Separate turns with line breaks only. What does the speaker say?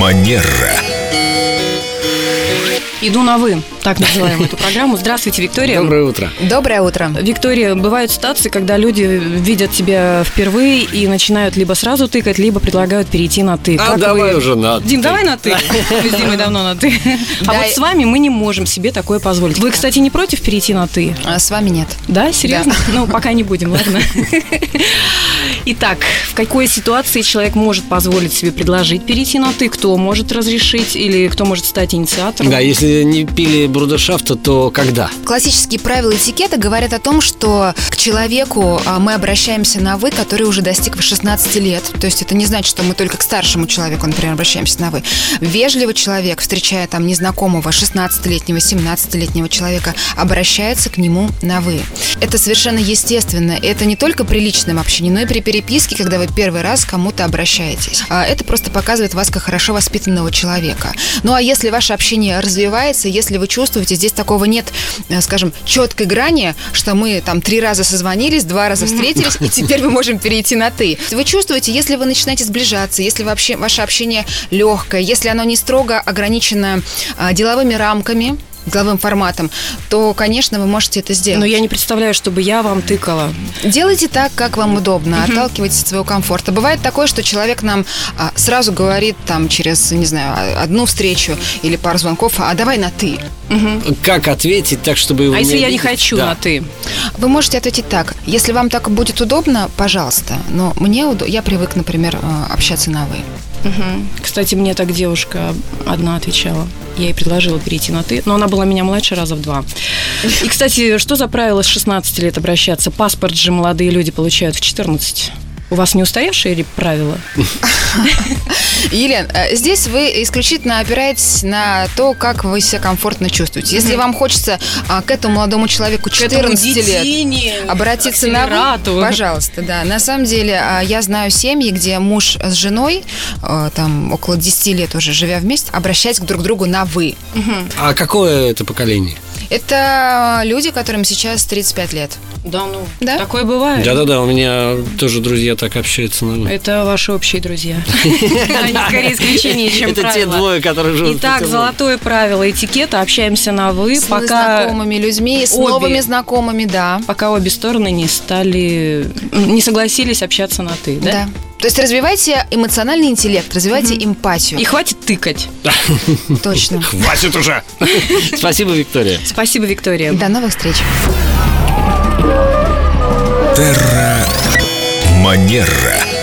Манера.
Иду на «вы», так называем эту программу. Здравствуйте, Виктория.
Доброе утро.
Доброе утро.
Виктория, бывают ситуации, когда люди видят тебя впервые и начинают либо сразу тыкать, либо предлагают перейти на «ты».
А
Как
давай
вы-
уже на
Дим, Ну, давай на «ты». Мы с Димой давно на «ты». А
Да.
вот с вами мы не можем себе такое позволить. Вы, кстати, не против перейти на «ты»?
А с вами нет.
Да, серьезно? Ну, пока не будем, ладно? Итак, в какой ситуации человек может позволить себе предложить перейти на «ты», кто может разрешить или кто может стать инициатором?
Да, если не пили брудершафта, то когда?
Классические правила этикета говорят о том, что к человеку а, мы обращаемся на «вы», который уже достиг 16 лет. То есть это не значит, что мы только к старшему человеку, например, обращаемся на «вы». Вежливый человек, встречая там незнакомого 16-летнего, 17-летнего человека, обращается к нему на «вы». Это совершенно естественно. Это не только при личном общении, но и при переписке, когда вы первый раз к кому-то обращаетесь. А, Это просто показывает вас как хорошо воспитанного человека. Ну а если ваше общение развивается, если вы чувствуете, здесь такого нет, э, скажем, четкой грани, что мы там три раза созвонились, два раза встретились, и теперь мы можем перейти на «ты». Вы чувствуете, если вы начинаете сближаться, если вообще ваше общение легкое, если оно не строго ограничено а, деловыми рамками, деловым форматом, то, конечно, вы можете это сделать.
Но я не представляю, чтобы я вам тыкала.
Делайте так, как вам удобно, отталкивайтесь от своего комфорта. Бывает такое, что человек нам а, сразу говорит там через, не знаю, а- одну встречу или пару звонков, а давай на ты.
Как ответить так, чтобы его
А если я не
обидеть?
хочу
Да.
на «ты»?
Вы можете ответить так. Если вам так будет удобно, пожалуйста. Но мне удо- я привык, например, э, общаться на вы.
Кстати, мне так девушка одна отвечала. Я ей предложила перейти на «ты», но она была меня младше раза в два. И, кстати, что за правило с 16 лет обращаться? Паспорт же молодые люди получают в 14. У вас не устоявшие ли правила?
Елен, э, здесь вы исключительно опираетесь на то, как вы себя комфортно чувствуете. Если вам хочется а, к этому молодому человеку 14 лет, обратиться на
акселерату.
вы, пожалуйста, да. На самом деле, а, я знаю семьи, где муж с женой, э, там, около 10 лет уже живя вместе, обращаясь друг к другу на «вы».
А какое это поколение?
Это люди, которым сейчас 35 лет.
Да ну,
Да?
такое бывает.
Да-да-да, у меня тоже друзья так общаются. ну.
Это ваши общие друзья. Они скорее исключение, чем
Это те
правило.
двое, которые живут. в
Итак,
Петербурге.
золотое правило этикета. Общаемся на «вы»,
С
пока
знакомыми людьми, с
обе.
новыми знакомыми, да.
пока обе стороны не стали, не согласились общаться на ты, да?
Да. То есть развивайте эмоциональный интеллект, развивайте эмпатию.
И хватит тыкать.
Точно.
Хватит уже!
Спасибо, Виктория.
Спасибо, Виктория.
До новых встреч.
Манера.